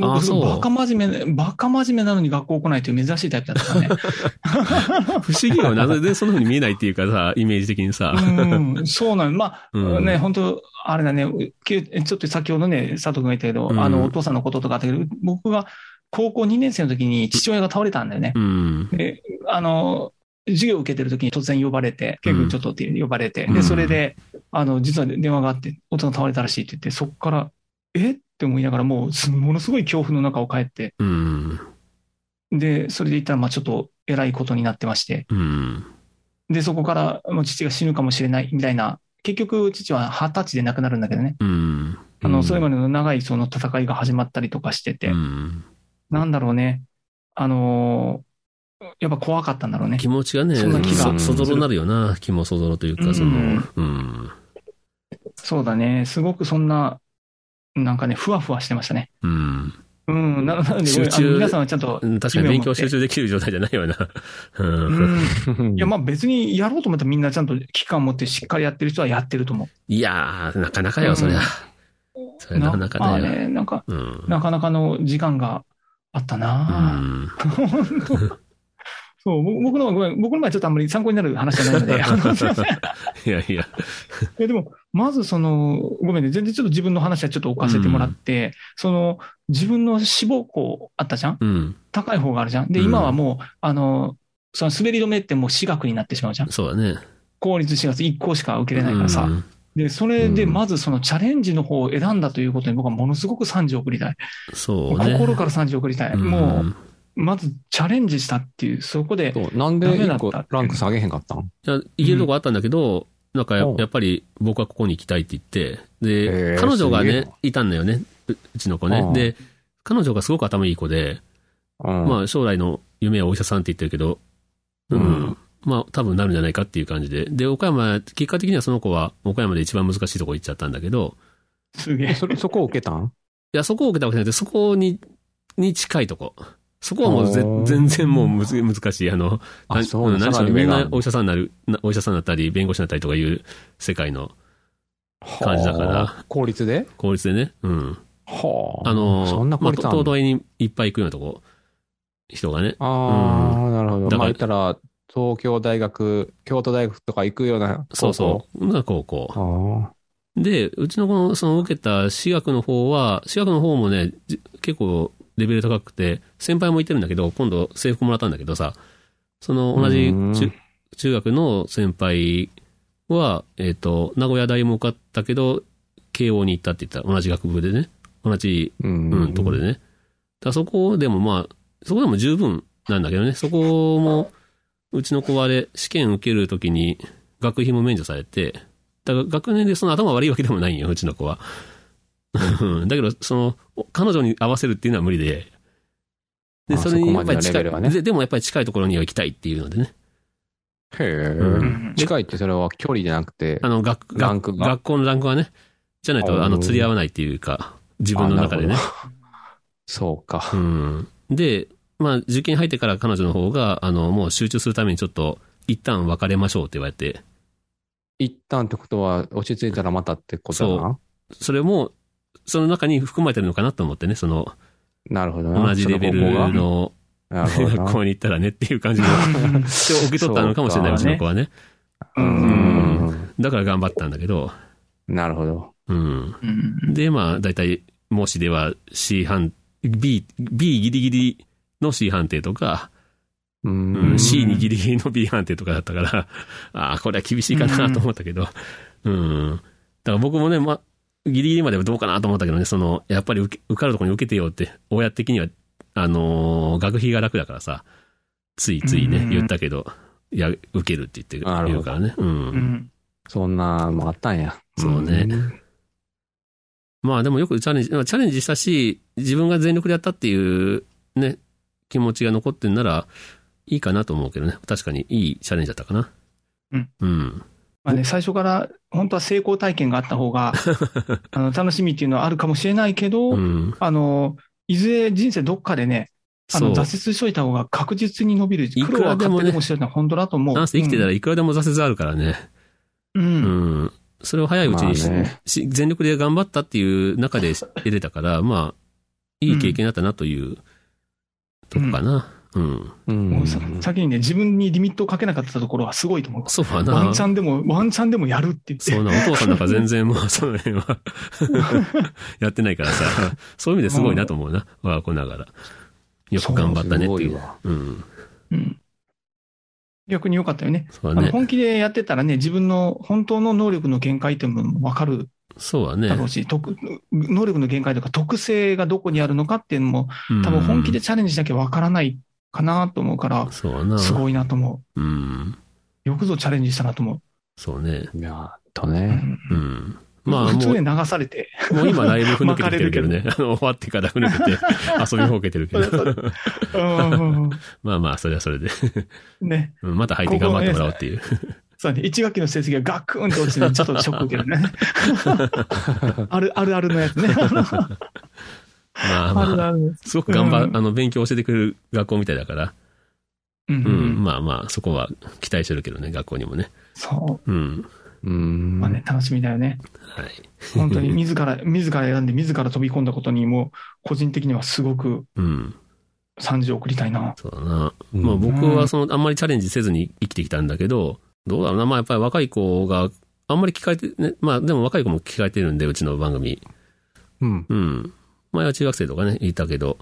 Speaker 2: あ
Speaker 3: 僕
Speaker 2: そう
Speaker 3: バカ真面目、バカ真面目なのに学校来ないという珍しいタイプだった
Speaker 2: [laughs]
Speaker 3: からね。
Speaker 2: 不思議よ。
Speaker 3: [laughs]
Speaker 2: なぜでそんな風に見えないっていうかさ、イメージ的にさ。
Speaker 3: うん、そうなの。まあ、
Speaker 2: うん
Speaker 3: ね、本当あれだね、うけちょっと先ほどね、佐藤君が言ったけど、
Speaker 2: うん
Speaker 3: あの、お父さんのこととかあったけど、僕が高校2年生の時に父親が倒れたんだよね。
Speaker 2: うん。
Speaker 3: で、あの、授業を受けてる時に突然呼ばれて、
Speaker 2: うん
Speaker 3: 結構ちょっとって呼ばれて、
Speaker 2: うん
Speaker 3: で、それで、あの、実は電話があって、大人倒れたらしいって言って、そこから、えって思いながら、もうす、ものすごい恐怖の中を帰って、
Speaker 2: うん。
Speaker 3: で、それで言ったら、まあちょっと偉いことになってまして、
Speaker 2: うん。
Speaker 3: で、そこから、もう父が死ぬかもしれないみたいな結局父は二十歳で亡くなるんだけどね、
Speaker 2: うん。
Speaker 3: あの、それ
Speaker 4: が
Speaker 3: までの長いその戦いが始まったりとかしてて、
Speaker 2: うん。
Speaker 3: なんだろうね、あのーやっぱ怖かったんだろうね
Speaker 2: 気。持ちがね、
Speaker 3: そんな
Speaker 4: 気が
Speaker 2: そそぞろになるよな。気もそぞろというか、その、うん。
Speaker 3: そうだね、すごくそんな、なんかね、ふわふわしてましたね。
Speaker 2: うん。
Speaker 3: うん、ななので、
Speaker 2: 集中
Speaker 3: あの皆さんはちゃんと、
Speaker 2: うん確かに勉強集中できる状態じゃないよな。う。
Speaker 3: うんん、いや、
Speaker 4: ま
Speaker 3: まあ別にやろうと思ったらみんなちゃんと期間持ってしっかりやってる人はやってると思。
Speaker 2: いやー、なかなかよ、そりゃ。そうれなかなかだ
Speaker 3: まあ
Speaker 2: よ。
Speaker 3: ね、なんか、
Speaker 2: うん。
Speaker 3: なかなかの時間があったな、本当そう、僕僕の、ごめん、僕の前ちょっとあんまり参考になる話じゃない
Speaker 2: [laughs]
Speaker 3: ので、 [laughs] あのすいませんい
Speaker 2: いやいや。
Speaker 3: やでも、まずその、ごめんね、全然ちょっと自分の話はちょっと置かせてもらって、その、自分の志望校あったじゃん
Speaker 2: うん。
Speaker 3: 高い方があるじゃんで、
Speaker 2: うん
Speaker 3: 今はもう、あの、その滑り止めってもう私学になってしまうじゃん
Speaker 2: そうだね。
Speaker 3: 公立私学1校しか受け
Speaker 2: う
Speaker 3: れないからさ。
Speaker 2: ん
Speaker 3: で、それで
Speaker 4: うん
Speaker 3: まずそのチャレンジの方を選んだということに僕はものすごく賛辞を送りたい。
Speaker 2: そうね。
Speaker 3: 心から賛辞を送りたい。も
Speaker 2: ん
Speaker 3: う、まずチャレンジしたっていう、そこで、
Speaker 4: そうなんで一個
Speaker 3: ダメだったって
Speaker 4: ランク下げへんかったん
Speaker 2: いや、行けるとこあったんだけど、なんかや
Speaker 4: うん
Speaker 2: やっぱり僕はここに行きたいって言って、で
Speaker 4: へ、ー
Speaker 2: 彼女が
Speaker 4: すげえ
Speaker 2: ね
Speaker 4: な、
Speaker 2: いたんだよね、ううちの子
Speaker 4: う
Speaker 2: ね。
Speaker 4: ん
Speaker 2: で、彼女がすごく頭いい子で、
Speaker 4: うん
Speaker 2: まあ将来の夢はお医者さんって言ってるけど、うん。
Speaker 4: うん
Speaker 2: まあ多分なるんじゃないかっていう感じで。で、岡山、結果的にはその子は岡山で一番難しいとこ行っちゃったんだけど、
Speaker 3: すげ
Speaker 4: え
Speaker 3: え。
Speaker 4: それそこを受けたん
Speaker 2: いや、そこを受けたわけじゃなくて、そこに、に近いとこ。そこはもうぜ
Speaker 4: おー
Speaker 2: 全然もうむず難しい。あの、
Speaker 4: あ、
Speaker 2: な
Speaker 4: そう
Speaker 2: 何し
Speaker 4: さ
Speaker 2: ろ
Speaker 4: らに
Speaker 2: み
Speaker 4: 上
Speaker 2: ん
Speaker 4: があ
Speaker 2: な
Speaker 4: る
Speaker 2: お医者さんになる、なお医者さんになったり、弁護士になったりとかいう世界の感じだから
Speaker 4: はあ。効率で
Speaker 2: 効率でね。うん。
Speaker 4: はあ。
Speaker 2: あの、
Speaker 4: そんな
Speaker 2: ま
Speaker 4: 効
Speaker 2: あ、
Speaker 4: 率
Speaker 2: と
Speaker 4: あんの
Speaker 2: 東大にいっぱい行くようなとこ、人がね。
Speaker 4: ああ、なるほ
Speaker 2: だか
Speaker 4: ど。
Speaker 2: ら
Speaker 4: まあ言ったら、東京大学、京都大学とか行くような。
Speaker 2: そうそう。な高校。
Speaker 4: う。あ
Speaker 2: で、うちのこの、その受けた私学の方は、私学の方もね、じ結構レベル高くて、先輩も行ってるんだけど、今度制服もらったんだけどさ、その同じ
Speaker 4: うん
Speaker 2: 中中学の先輩は、えっ、と、名古屋大も受かったけど、慶応に行ったって言った、同じ学部でね、同じ、
Speaker 4: あ。うん
Speaker 2: うん、ところでね。だからそこでもまあ、そこでも十分なんだけどね、そこも、うちの子はあれ、試験受けるときに学費も免除されて、だから学年でその頭悪いわけでもないんよ、うちの子は。 [laughs] だけど、その、お彼女に合わせるっていうのは無理で、で、
Speaker 4: あ
Speaker 2: それにや
Speaker 4: そこま
Speaker 2: っ
Speaker 4: で
Speaker 2: ぱり
Speaker 4: の
Speaker 2: 近
Speaker 4: レベ
Speaker 2: い、
Speaker 4: ルはね
Speaker 2: ででもやっぱり近いところには行きたいっていうのでね、
Speaker 4: へ
Speaker 2: う
Speaker 3: うん
Speaker 4: え。近いってそれは距離じゃなくて
Speaker 2: あ、の、学、学
Speaker 4: ランクが
Speaker 2: 学校のランクはね、じゃない
Speaker 4: うん
Speaker 2: と、あの、釣り合わないっていうか、自分の中でね
Speaker 4: あなる。 [laughs] そうか。
Speaker 2: うん。で、まあ、受験入ってから彼女の方が、あの、もう集中するためにちょっと、一旦別れましょうって言われて、
Speaker 4: 一旦ってことは、落ち着いたらまたってことだな。
Speaker 2: それも、その中に含まれてるのかなと思ってね、その、
Speaker 4: なるほどな。
Speaker 2: 同じレベ
Speaker 4: その
Speaker 2: ル
Speaker 4: 方法
Speaker 2: の
Speaker 4: が。なるほど
Speaker 2: [laughs] 学
Speaker 4: な。
Speaker 2: 校に行ったらねって [laughs] いう感じで、一応受け取ったのかもしれない、
Speaker 4: そう
Speaker 2: う
Speaker 4: か
Speaker 2: ちの子はね。
Speaker 3: う
Speaker 4: うんん。
Speaker 2: だから頑張ったんだけど、
Speaker 4: なるほど。
Speaker 2: うん。
Speaker 3: うん
Speaker 2: で、まあ、大体、模試では C 判、B、B ギリギリの C 判定とか、
Speaker 4: う
Speaker 2: うんん、。C にギリギリの B 判定とかだったから、ああ、これは厳しいかなと思ったけど、うん。だから僕もね、ま、ギリギリまではどうかなと思ったけどね、その、やっぱり受け受かるところに受けてよって、親的には、あのー学費が楽だからさ、ついついね、
Speaker 3: うん
Speaker 2: 言ったけど、いや、受けるって言って
Speaker 4: なるほど
Speaker 2: 言うからね。う。
Speaker 3: うんん
Speaker 4: そんなもあったんや。
Speaker 2: そうね
Speaker 4: ん。
Speaker 2: まあでもよくチャレンジ、まあチャレンジしたし、自分が全力でやったっていう、ね、気持ちが残ってんなら、いいかなと思うけどね。確かにいいチャレンジだったかな。
Speaker 3: うん。
Speaker 2: うん。
Speaker 3: まあね、最初から本当は成功体験があった方
Speaker 2: [laughs]
Speaker 3: があの楽しみっていうのはあるかもしれないけど、
Speaker 2: うん。
Speaker 3: あのいずれ人生どっかでね、あ
Speaker 2: そう
Speaker 3: の挫折しといた方が確実に伸びる、
Speaker 2: いく
Speaker 3: 苦労
Speaker 2: ら
Speaker 3: は
Speaker 2: で
Speaker 3: 勝
Speaker 2: もね
Speaker 3: 手でもしてるのは本当だと思う。
Speaker 2: なんせ生きてたら
Speaker 3: い
Speaker 2: いくらでも挫折あるからね。
Speaker 3: うん
Speaker 2: う
Speaker 3: うん
Speaker 2: ん。それを早いうちにし、
Speaker 4: まあね
Speaker 2: し全力で頑張ったっていう中で得れたから、まあ、いい経験だったなというとこかな。うん。
Speaker 4: うん。
Speaker 3: もうさ先にね、自分にリミットをかけなかったところはすごいと思う。
Speaker 2: そうはな。
Speaker 3: ワンチャンでも、ワンチャンでもやるって言って。
Speaker 2: そうな、お父さんなんか全然もう [laughs] その辺はやってないからさ、そういう意味ですごいなと思うな、我が子ながら。よく頑張ったねっていう。
Speaker 4: すごわ
Speaker 2: うん。
Speaker 3: うん逆に良かったよね。
Speaker 2: そう
Speaker 3: あ
Speaker 2: だ
Speaker 3: の
Speaker 2: ね。
Speaker 3: 本気でやってたらね、自分の本当の能力の限界っていうのも分かる
Speaker 2: そうだ
Speaker 3: だろ
Speaker 2: ね
Speaker 3: う。し、特能力の限界とか特性がどこにあるのかっていうのも、多分本気でチャレンジしなきゃ分からないかなと思うから
Speaker 2: うん。、そうだな。
Speaker 3: すごいなと思
Speaker 2: うん。
Speaker 3: う。よくぞチャレンジしたなと思
Speaker 2: そうね。
Speaker 4: いや、った
Speaker 3: う
Speaker 4: ね。
Speaker 3: ん
Speaker 2: うん。まあ、
Speaker 3: 普
Speaker 2: も
Speaker 3: 通ね、
Speaker 2: う、
Speaker 3: 流されて。
Speaker 2: [laughs] もう今だいぶふぬけてきてるけどね。 [laughs] あの、終わってからふぬけて、遊びほうけてるけ
Speaker 3: そう
Speaker 2: ど。
Speaker 3: うん
Speaker 2: まあまあ、それはそれで。 [laughs]
Speaker 3: ね。
Speaker 2: うんまた入って頑張ってもらおうっていう。
Speaker 3: そうね。一学期の成績がガクンと落ちて、ちょっとショック受けるね。ある、あるあるのやつね。あ
Speaker 2: まあ
Speaker 3: る
Speaker 2: まあ、
Speaker 3: あるのやつ。
Speaker 2: すごく頑張
Speaker 3: う
Speaker 2: る、
Speaker 3: ん
Speaker 2: あの、勉強教えてくれる学校みたいだから。
Speaker 3: うん
Speaker 2: う
Speaker 3: うん
Speaker 2: ん、まあまあ、そこは期待してるけどね、学校にもね。
Speaker 3: そ
Speaker 2: うん。
Speaker 4: う
Speaker 3: う。
Speaker 4: ん。
Speaker 3: まあね、楽しみだよね。
Speaker 2: はい。
Speaker 3: 本当に自ら、自ら選んで、自ら飛び込んだことにも、個人的にはすごく
Speaker 2: うん。
Speaker 3: 賛辞を送りたいな。
Speaker 2: そうだな。
Speaker 4: うん
Speaker 2: まあ僕はその、あんまりチャレンジせずに生きてきたんだけど、どうだろうな。まあやっぱり若い子が、あんまり聞かれて、ね、まあでも若い子も聞かれてるんで、うちの番組。
Speaker 4: うん。
Speaker 2: うん。前は中学生とかね、いたけど、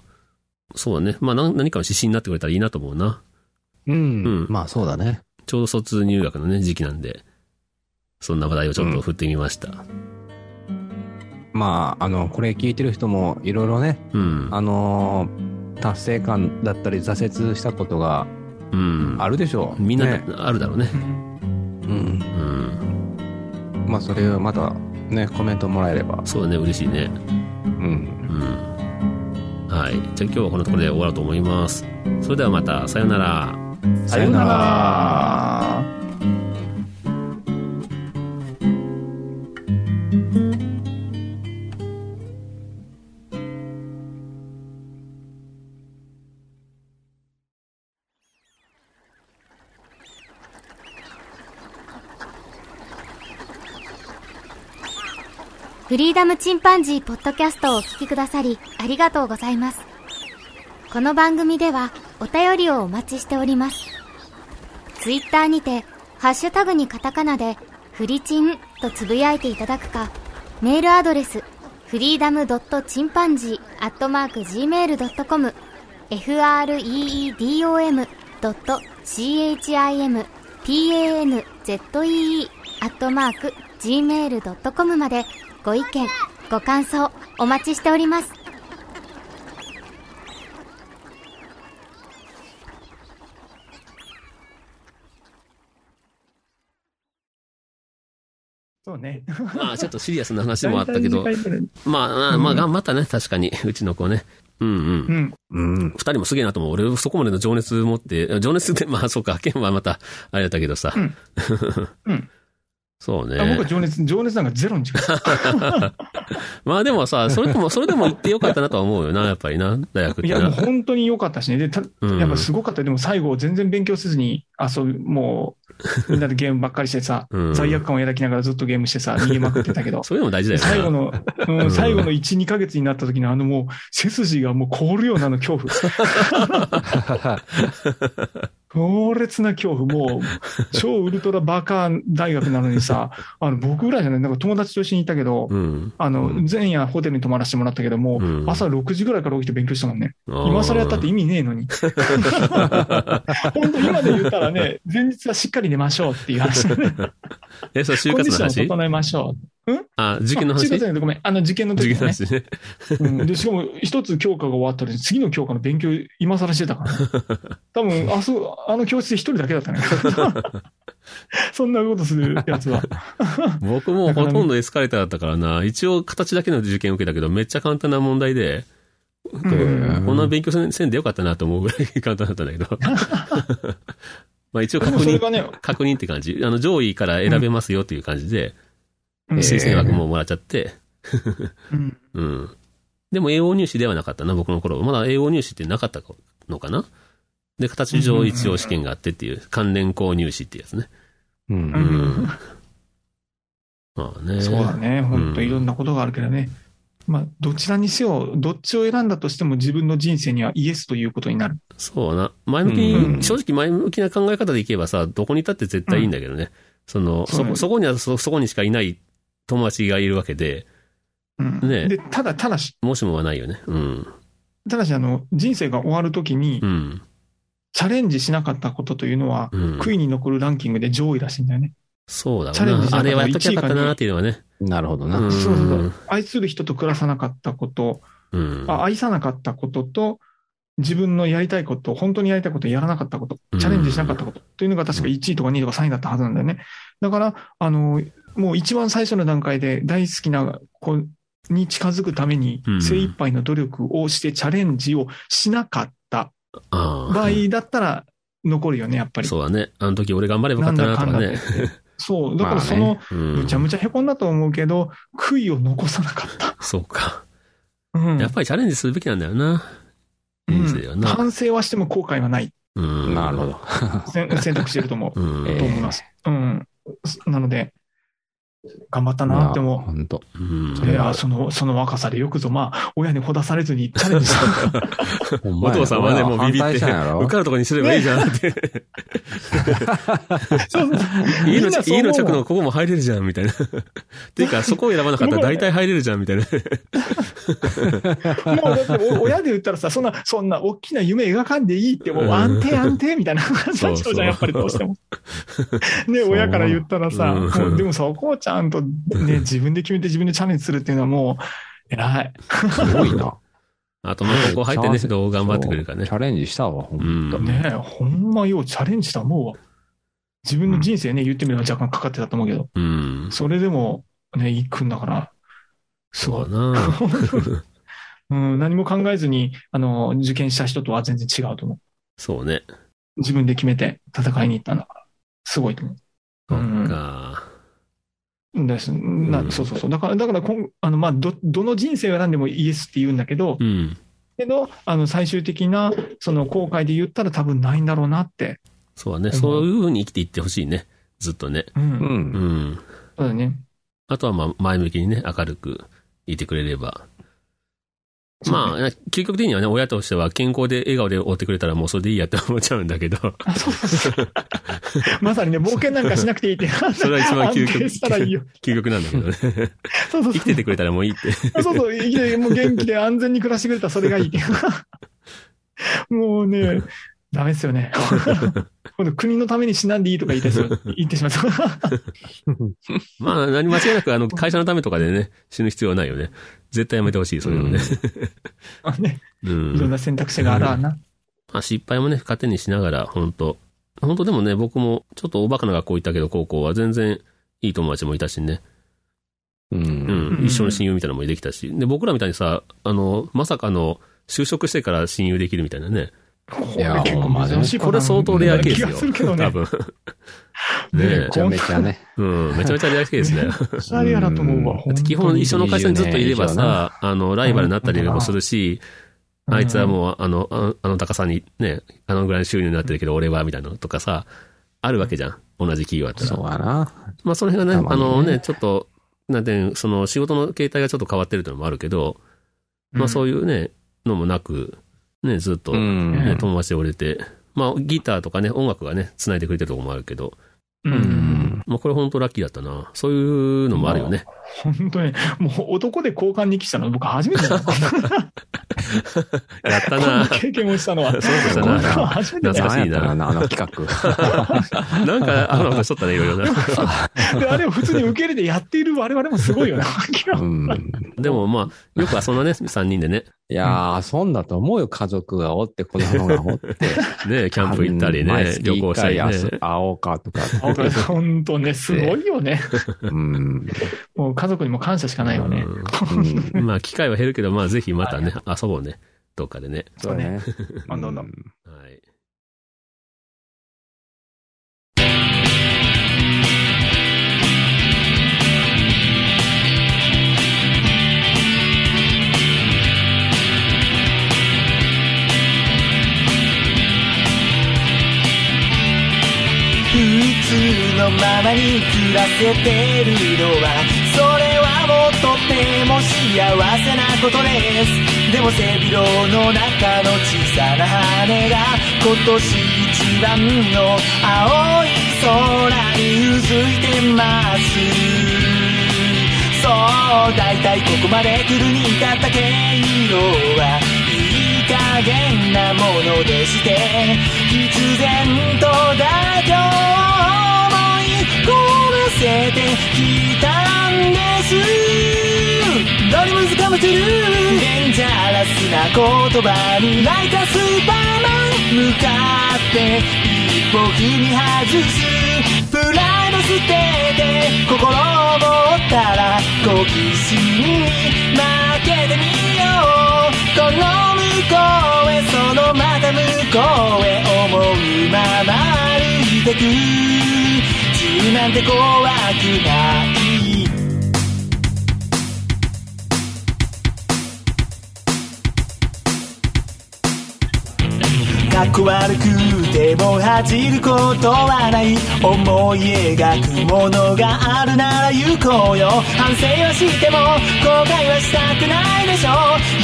Speaker 2: そうだね。まあ何何かの指針になってくれたらいいなと思うな。
Speaker 4: うん
Speaker 2: ん。
Speaker 4: まあそうだね。
Speaker 2: ちょうど卒入学のね、時期なんで、そんな話題をちょっと振ってみました。
Speaker 4: まあ、あの、これ聞いてる人もいろいろね、
Speaker 2: うん。
Speaker 4: あのー達成感だったり挫折したことが
Speaker 2: うん。
Speaker 4: あるでしょう。
Speaker 2: みんな、
Speaker 4: ね、
Speaker 2: あるだろうね。
Speaker 4: うん
Speaker 2: う。ん。
Speaker 4: まあそれをまたね、コメントもらえれば。
Speaker 2: そうだね、嬉しいね。
Speaker 4: うん。
Speaker 2: うん。はい。じゃあ今日はこのところで終わろうと思います。それではまた、さよなら。
Speaker 4: さようなら。
Speaker 1: フリーダムチンパンジーポッドキャストをお聞きくださりありがとうございます。この番組ではお便りをお待ちしております。ツイッターにて、ハッシュタグにカタカナで、フリチンとつぶやいていただくか、メールアドレス、フリーダムドットチンパンジーアットマーク Gmail.com、freedom ドット chimpanzee アットマーク Gmail.com まで、ご意見、ご感想、お待ちしております。
Speaker 3: そうね。
Speaker 2: まあちょっとシリアスな話もあったけど
Speaker 3: [laughs] 大、体短いけど
Speaker 2: まあまあ、まあ頑張ったね、確かに、うちの子ね。うんうん
Speaker 3: う。ん。
Speaker 4: うん。
Speaker 2: 二人もすげえなと思う。俺、そこまでの情熱持って、 [laughs] 情熱で、まあそうか、ケンはまた、あれだったけどさ。
Speaker 3: うんうん。
Speaker 2: そう
Speaker 3: あ僕は
Speaker 2: ね。
Speaker 3: 情熱、情熱なんかゼロに近い。
Speaker 2: まあでも
Speaker 3: [laughs]
Speaker 2: さ、それとも、それでも行ってよかったなとは思うよな、やっぱりな、大学っ
Speaker 3: い
Speaker 2: て
Speaker 3: や、もう
Speaker 2: な。
Speaker 3: 本当に良かったしね。で、た
Speaker 2: うん、
Speaker 3: やっぱすごかったよ。でも最後、全然勉強せずに遊ぶ、もう、みんなでゲームばっかりしてさ
Speaker 2: うん
Speaker 3: 罪悪感を抱きながらずっとゲームしてさ、逃げまくってたけど。
Speaker 2: [laughs] それでも大事だよな。
Speaker 3: 最後の、う
Speaker 2: うん
Speaker 3: ん、最後の1、2ヶ月になった時のあのもう、背筋がもう凍るようなあの恐怖。強烈な恐怖。もう、超ウルトラバカ大学なのに
Speaker 2: [laughs]
Speaker 3: さ、あの、僕ぐらいじゃない、なんか友達と一緒にいたけど、
Speaker 2: うん。
Speaker 3: あの
Speaker 4: うん、
Speaker 3: 前夜ホテルに泊まらせてもらったけども
Speaker 2: うん、
Speaker 3: 朝6時ぐらいから起きて勉強したもんね。
Speaker 2: 今
Speaker 3: 今更やったって意味ねえの
Speaker 2: [laughs]
Speaker 3: に。本当今で言ったらね、前日はしっかり寝ましょうっていう話。
Speaker 2: [laughs] え、そう、就
Speaker 3: コンデ
Speaker 2: 活
Speaker 3: ィ
Speaker 2: の
Speaker 3: ショ
Speaker 2: 話
Speaker 3: ンを整えましょう。
Speaker 2: あ、受験の話
Speaker 3: あ就活
Speaker 2: 受
Speaker 3: じゃないごめん。あの、受験の時
Speaker 2: 験の。
Speaker 3: ね
Speaker 2: 話ね。
Speaker 3: [laughs] うん、で、しかも、一つ教科が終わったら、次の教科の勉強、今更してたから、ね。
Speaker 2: [laughs]
Speaker 3: 多分、あそ、あの教室で一人だけだったね。そんなことするや
Speaker 2: [laughs]
Speaker 3: つは。
Speaker 2: 僕も
Speaker 3: だか
Speaker 2: ほ
Speaker 3: ら
Speaker 2: とんどエスカレーターだったからな、一応形だけの受験受けたけど、めっちゃ簡単な問題で、
Speaker 3: うん
Speaker 4: へ
Speaker 2: こんな勉強せんせんでよかったなと思うぐらい簡単だったんだけ
Speaker 3: [laughs]
Speaker 2: ど。まあ一応
Speaker 3: で
Speaker 2: 確
Speaker 3: もそれが
Speaker 2: 認、
Speaker 3: ね、
Speaker 2: 確認って感じ。 [laughs] あの、上位から選べますよっていう感じで、
Speaker 3: うん
Speaker 2: 推薦枠ももらっちゃって、
Speaker 3: うん
Speaker 2: うん。でも AO 入試ではなかったな、僕の頃。まだ AO 入試ってなかったのかなで、形上一応試験があってっていう、関連校入試ってやつね。
Speaker 4: う。
Speaker 2: うん
Speaker 4: [laughs]
Speaker 2: ん。まあね。
Speaker 3: そうだね。本当いろんなことがあるけどね。まあ、どちらにせよ、どっちを選んだとしても自分の人生にはイエスということになる。
Speaker 2: そうな。前向きに、
Speaker 3: うん
Speaker 2: 正直前向きな考え方でいけばさ、どこにいたって絶対いいんだけどね。その、
Speaker 3: そう
Speaker 2: そ
Speaker 3: ね
Speaker 2: こ、そこにはそ、そこにしかいない友達がいるわけで、
Speaker 3: うん
Speaker 2: ねえ
Speaker 3: で、ただ、ただし、
Speaker 2: もしもはないよね。うん。
Speaker 3: ただし、あの、人生が終わるときに
Speaker 2: う、ん。
Speaker 3: チャレンジしなかったことというのは、
Speaker 2: うん。
Speaker 3: 悔いに残るランキングで上位らしいんだよね。
Speaker 2: そうだ
Speaker 3: チャレ
Speaker 2: ろ
Speaker 3: ン
Speaker 2: う
Speaker 3: ジし
Speaker 2: な。あ
Speaker 3: なかった
Speaker 2: れはやっときゃよかった
Speaker 3: 一位か二
Speaker 2: な
Speaker 3: 位
Speaker 2: っていうのはね。
Speaker 4: なるほどな。
Speaker 2: うん
Speaker 3: そうそうそう。愛する人と暮らさなかったこと、
Speaker 2: うん。
Speaker 3: あ愛さなかったことと、自分のやりたいこと、本当にやりたいこと、やらなかったこと
Speaker 2: うん、
Speaker 3: チャレンジしなかったことというのが確か1位とか2位とか3位だったはずなんだよね。だから、あの、もう一番最初の段階で大好きな子に近づくために
Speaker 2: うん
Speaker 3: 精一杯の努力をしてチャレンジをしなかった
Speaker 2: ああ。
Speaker 3: 場合だったら残るよね、やっぱり。
Speaker 2: そうだね。あの時俺頑張ればよ
Speaker 3: な
Speaker 2: か
Speaker 3: ん
Speaker 2: った
Speaker 3: だ
Speaker 2: なと
Speaker 3: か
Speaker 2: か
Speaker 3: んだって
Speaker 2: ね。。 [laughs]
Speaker 3: そう、だからそ
Speaker 4: まあ
Speaker 3: の、
Speaker 2: うん
Speaker 3: むちゃむちゃへこんだと思うけど、悔いを残さなかった。
Speaker 2: そうか。
Speaker 3: うん
Speaker 2: やっぱりチャレンジするべきなんだよな。
Speaker 3: うん
Speaker 2: 人生はな。
Speaker 3: 反省はしても後悔はない
Speaker 2: うん。
Speaker 4: なるほど。
Speaker 3: 選選択してると思う。
Speaker 2: ど。うん。
Speaker 4: え
Speaker 3: と
Speaker 4: え
Speaker 3: 思います。うん。なので、頑張ったなって思う。
Speaker 4: 本当。
Speaker 2: うん
Speaker 4: そ
Speaker 3: い
Speaker 4: れは
Speaker 3: や、その、その若さでよくぞ、まあ、親にほだされずにチャレンジしたんだ。
Speaker 4: ほんま
Speaker 2: お
Speaker 4: や
Speaker 2: 父さんはね、
Speaker 4: 俺
Speaker 2: もうビビっ
Speaker 4: 反対
Speaker 2: て、
Speaker 4: したんやろ
Speaker 2: 受かるとこにすればいいじゃんって。
Speaker 3: そう
Speaker 2: 家の
Speaker 3: みんなそう
Speaker 2: 家
Speaker 3: 思う
Speaker 2: の近くのここも入れるじゃん、みたいな。っていうか、そこを選ばなかったら大体入れるじゃん、みたいな。
Speaker 3: もうだってお親で言ったらさ、そんな、そんな大きな夢描かんでいいって、もう
Speaker 2: うん
Speaker 3: 安定安定みたいな感じになっちゃ
Speaker 2: そうそ
Speaker 3: うじゃ、
Speaker 2: うん
Speaker 3: やっぱりどうしても。ね、
Speaker 4: そう
Speaker 3: 親から言ったらさ、
Speaker 2: うん
Speaker 3: もうでもそこをちゃんとね、自分で決めて自分でチャレンジするっていうのはもう、偉い。
Speaker 4: すごいな。
Speaker 2: あと、まあ、ここ入ってね、どう頑張ってくれるかね
Speaker 4: チ。ャレンジしたわ、ほ
Speaker 2: うんん。
Speaker 3: ねえ、ほんまようチャレンジしたもうわ。自分の人生ね、言ってみれば若干かかってたと思うけど、
Speaker 2: うん。
Speaker 3: それでもね、行くんだから、す
Speaker 2: そ
Speaker 3: ごいう
Speaker 2: だ。な。
Speaker 3: うん、何も考えずに、あの、受験した人とは全然違うと思う。
Speaker 2: そうね。
Speaker 3: 自分で決めて戦いに行ったんだから、すごいと思う。
Speaker 2: そっ
Speaker 3: うん
Speaker 2: か。
Speaker 3: ですな
Speaker 2: うん
Speaker 3: そうそうそう。だから、だからこんあの、まあ、ど、どの人生を選んでもイエスって言うんだけど、
Speaker 2: うん。
Speaker 3: けど、あの、最終的な、その、後悔で言ったら多分ないんだろうなって。
Speaker 2: そうだね。
Speaker 3: うん
Speaker 2: そういう風に生きていってほしいね。ずっとね。
Speaker 3: うん。
Speaker 2: う
Speaker 4: う。
Speaker 2: んん。
Speaker 3: そうだね。
Speaker 2: あとは、まあ、前向きにね、明るくいてくれれば。まあ、究極的にはね、親としては健康で笑顔で追ってくれたらもうそれでいいやって思っちゃうんだ [laughs] けど、
Speaker 3: あ、そうそうそう。まさにね、冒険なんかしなくていいって。
Speaker 2: [laughs] それは一番究
Speaker 3: 安定したらいいよ
Speaker 2: 極、究極なんだけど [laughs] ね。
Speaker 3: そうそうそう。
Speaker 2: 生きててくれたらもういいって。
Speaker 3: そうそう、生きて、もう元気で安全に暮らしてくれたらそれがい
Speaker 2: [laughs]
Speaker 3: い。もうね、ダメです
Speaker 2: [laughs]
Speaker 3: よね。今度国のために死なんでいいとか言ってしま言ってしまった。
Speaker 2: まあ、何間違いなく、あの、会社のためとかでね、死ぬ必要はないよね。絶対やめてほしい、それをね。
Speaker 3: [laughs] ね、
Speaker 2: う
Speaker 3: いろん
Speaker 2: ん。
Speaker 3: な選択肢があらあな。
Speaker 2: まあ、失敗もね、糧にしながら、本当本当でもね、僕も、ちょっとおバカな学校行ったけど、高校は全然、いい友達もいたしね。
Speaker 4: う。
Speaker 2: うんん。
Speaker 3: うん
Speaker 2: 一緒の親友みたいなのもできたし。で、僕らみたいにさ、あの、まさかの、就職してから親友できるみたいなね。
Speaker 3: こ
Speaker 4: いや
Speaker 2: これ相当レアケース
Speaker 3: 気
Speaker 2: よ。
Speaker 3: がするけどね
Speaker 2: 多。分。ね
Speaker 3: ね
Speaker 2: え
Speaker 4: めちゃめちゃね。
Speaker 2: うん。めちゃめちゃレアケースだよ。
Speaker 3: めっちゃレアだと思うわ。
Speaker 2: だって基本一緒の会社にずっといれば
Speaker 4: 20年以
Speaker 2: さ、あの、ライバルになったりもするし、
Speaker 3: うん
Speaker 2: あいつはもう、あの、あのあの高さにね、あのぐらいの収入になってるけど、俺は、みたいなのとかさ、あるわけじゃん。同じ企業だった
Speaker 4: そ
Speaker 2: ら。
Speaker 4: うやな。
Speaker 2: まあ、その辺がね、
Speaker 4: たま
Speaker 2: あ
Speaker 4: にね
Speaker 2: のね、ちょっと、なんていうのその仕事の形態がちょっと変わってるというのもあるけど、まあ、そう
Speaker 3: い
Speaker 2: いうね、のもなく、ね、ずっと、ね、
Speaker 4: ん
Speaker 2: 友達で折れて、まあ、ギターとかね、音楽がね、繋いでくれてるところもあるけど、
Speaker 3: うん。
Speaker 4: うん。
Speaker 2: まあ、これ本当ラッキーだったな。そういうのもあるよね。
Speaker 3: 本当に、もう男で交換に来たの僕初め
Speaker 2: [laughs]
Speaker 3: てだ。こ
Speaker 2: やった
Speaker 3: んな [laughs]
Speaker 2: な。
Speaker 3: 経験をしたのは。
Speaker 2: そうでした
Speaker 3: こんな
Speaker 2: な
Speaker 3: の。は初めてだ
Speaker 2: 懐かしいな
Speaker 4: 何やったかな、あの企画。
Speaker 2: なんか、あのことしとったね、いろいろな。
Speaker 3: で、あれを普通に受け入れてやっている我々もすごいよな。
Speaker 4: [laughs] うん。
Speaker 2: でもまあ、よく遊んだね、3人でね。
Speaker 4: いやー、遊んだと思うよ、家族がおって、子供がおって。
Speaker 2: ね、キャンプ行ったり
Speaker 4: 毎
Speaker 2: ね
Speaker 4: 月、
Speaker 2: 旅行したり
Speaker 4: 一回遊
Speaker 2: ね。
Speaker 4: 会おうかとか。
Speaker 3: [laughs] 本当ね、すごいよね。
Speaker 4: うん。 [laughs]
Speaker 3: もう家族にも感謝しかないよね。
Speaker 4: うん
Speaker 2: うんまあ、機会は減るけど、まあ、ぜひまたね、遊ぼうね。どっかでね。
Speaker 4: そうね。
Speaker 3: あどうぞ
Speaker 2: はい。
Speaker 5: 普通のままに暮らせてるのはそれはもうとても幸せなことですでも背広の中の小さな羽が今年一番の青い空にうずいてますそう大体ここまで来るに至った経路はいい加減なものでして必然と妥協を思い込ませてきたんですドリムズカムトゥルーデンジャラスな言葉に泣いたスーパーマン向かって一歩踏み外すプライド捨てて心を好奇心に負けてみようこの向こうへそのまた向こうへ思うまま歩いてく自由なんて怖くないかっこ悪くても恥じることはない思い描くものがあるなら行こうよ反省はしても後悔はしたくないでしょ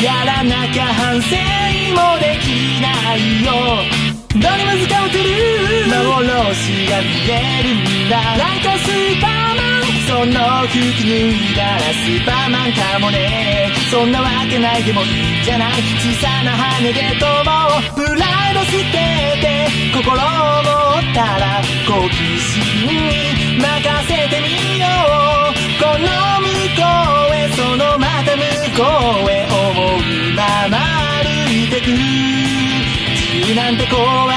Speaker 5: やらなきゃ反省もできないよどれも使うてる幻が見えるんだライトスーパーマンその服脱いだらスーパーマンかもねそんなわけないでもいいじゃない小さな羽で飛ぼうプライド捨てて心を持ったら好奇心に任せてみようこの向こうへそのまた向こうへ思うまま歩いてく自由なんて怖く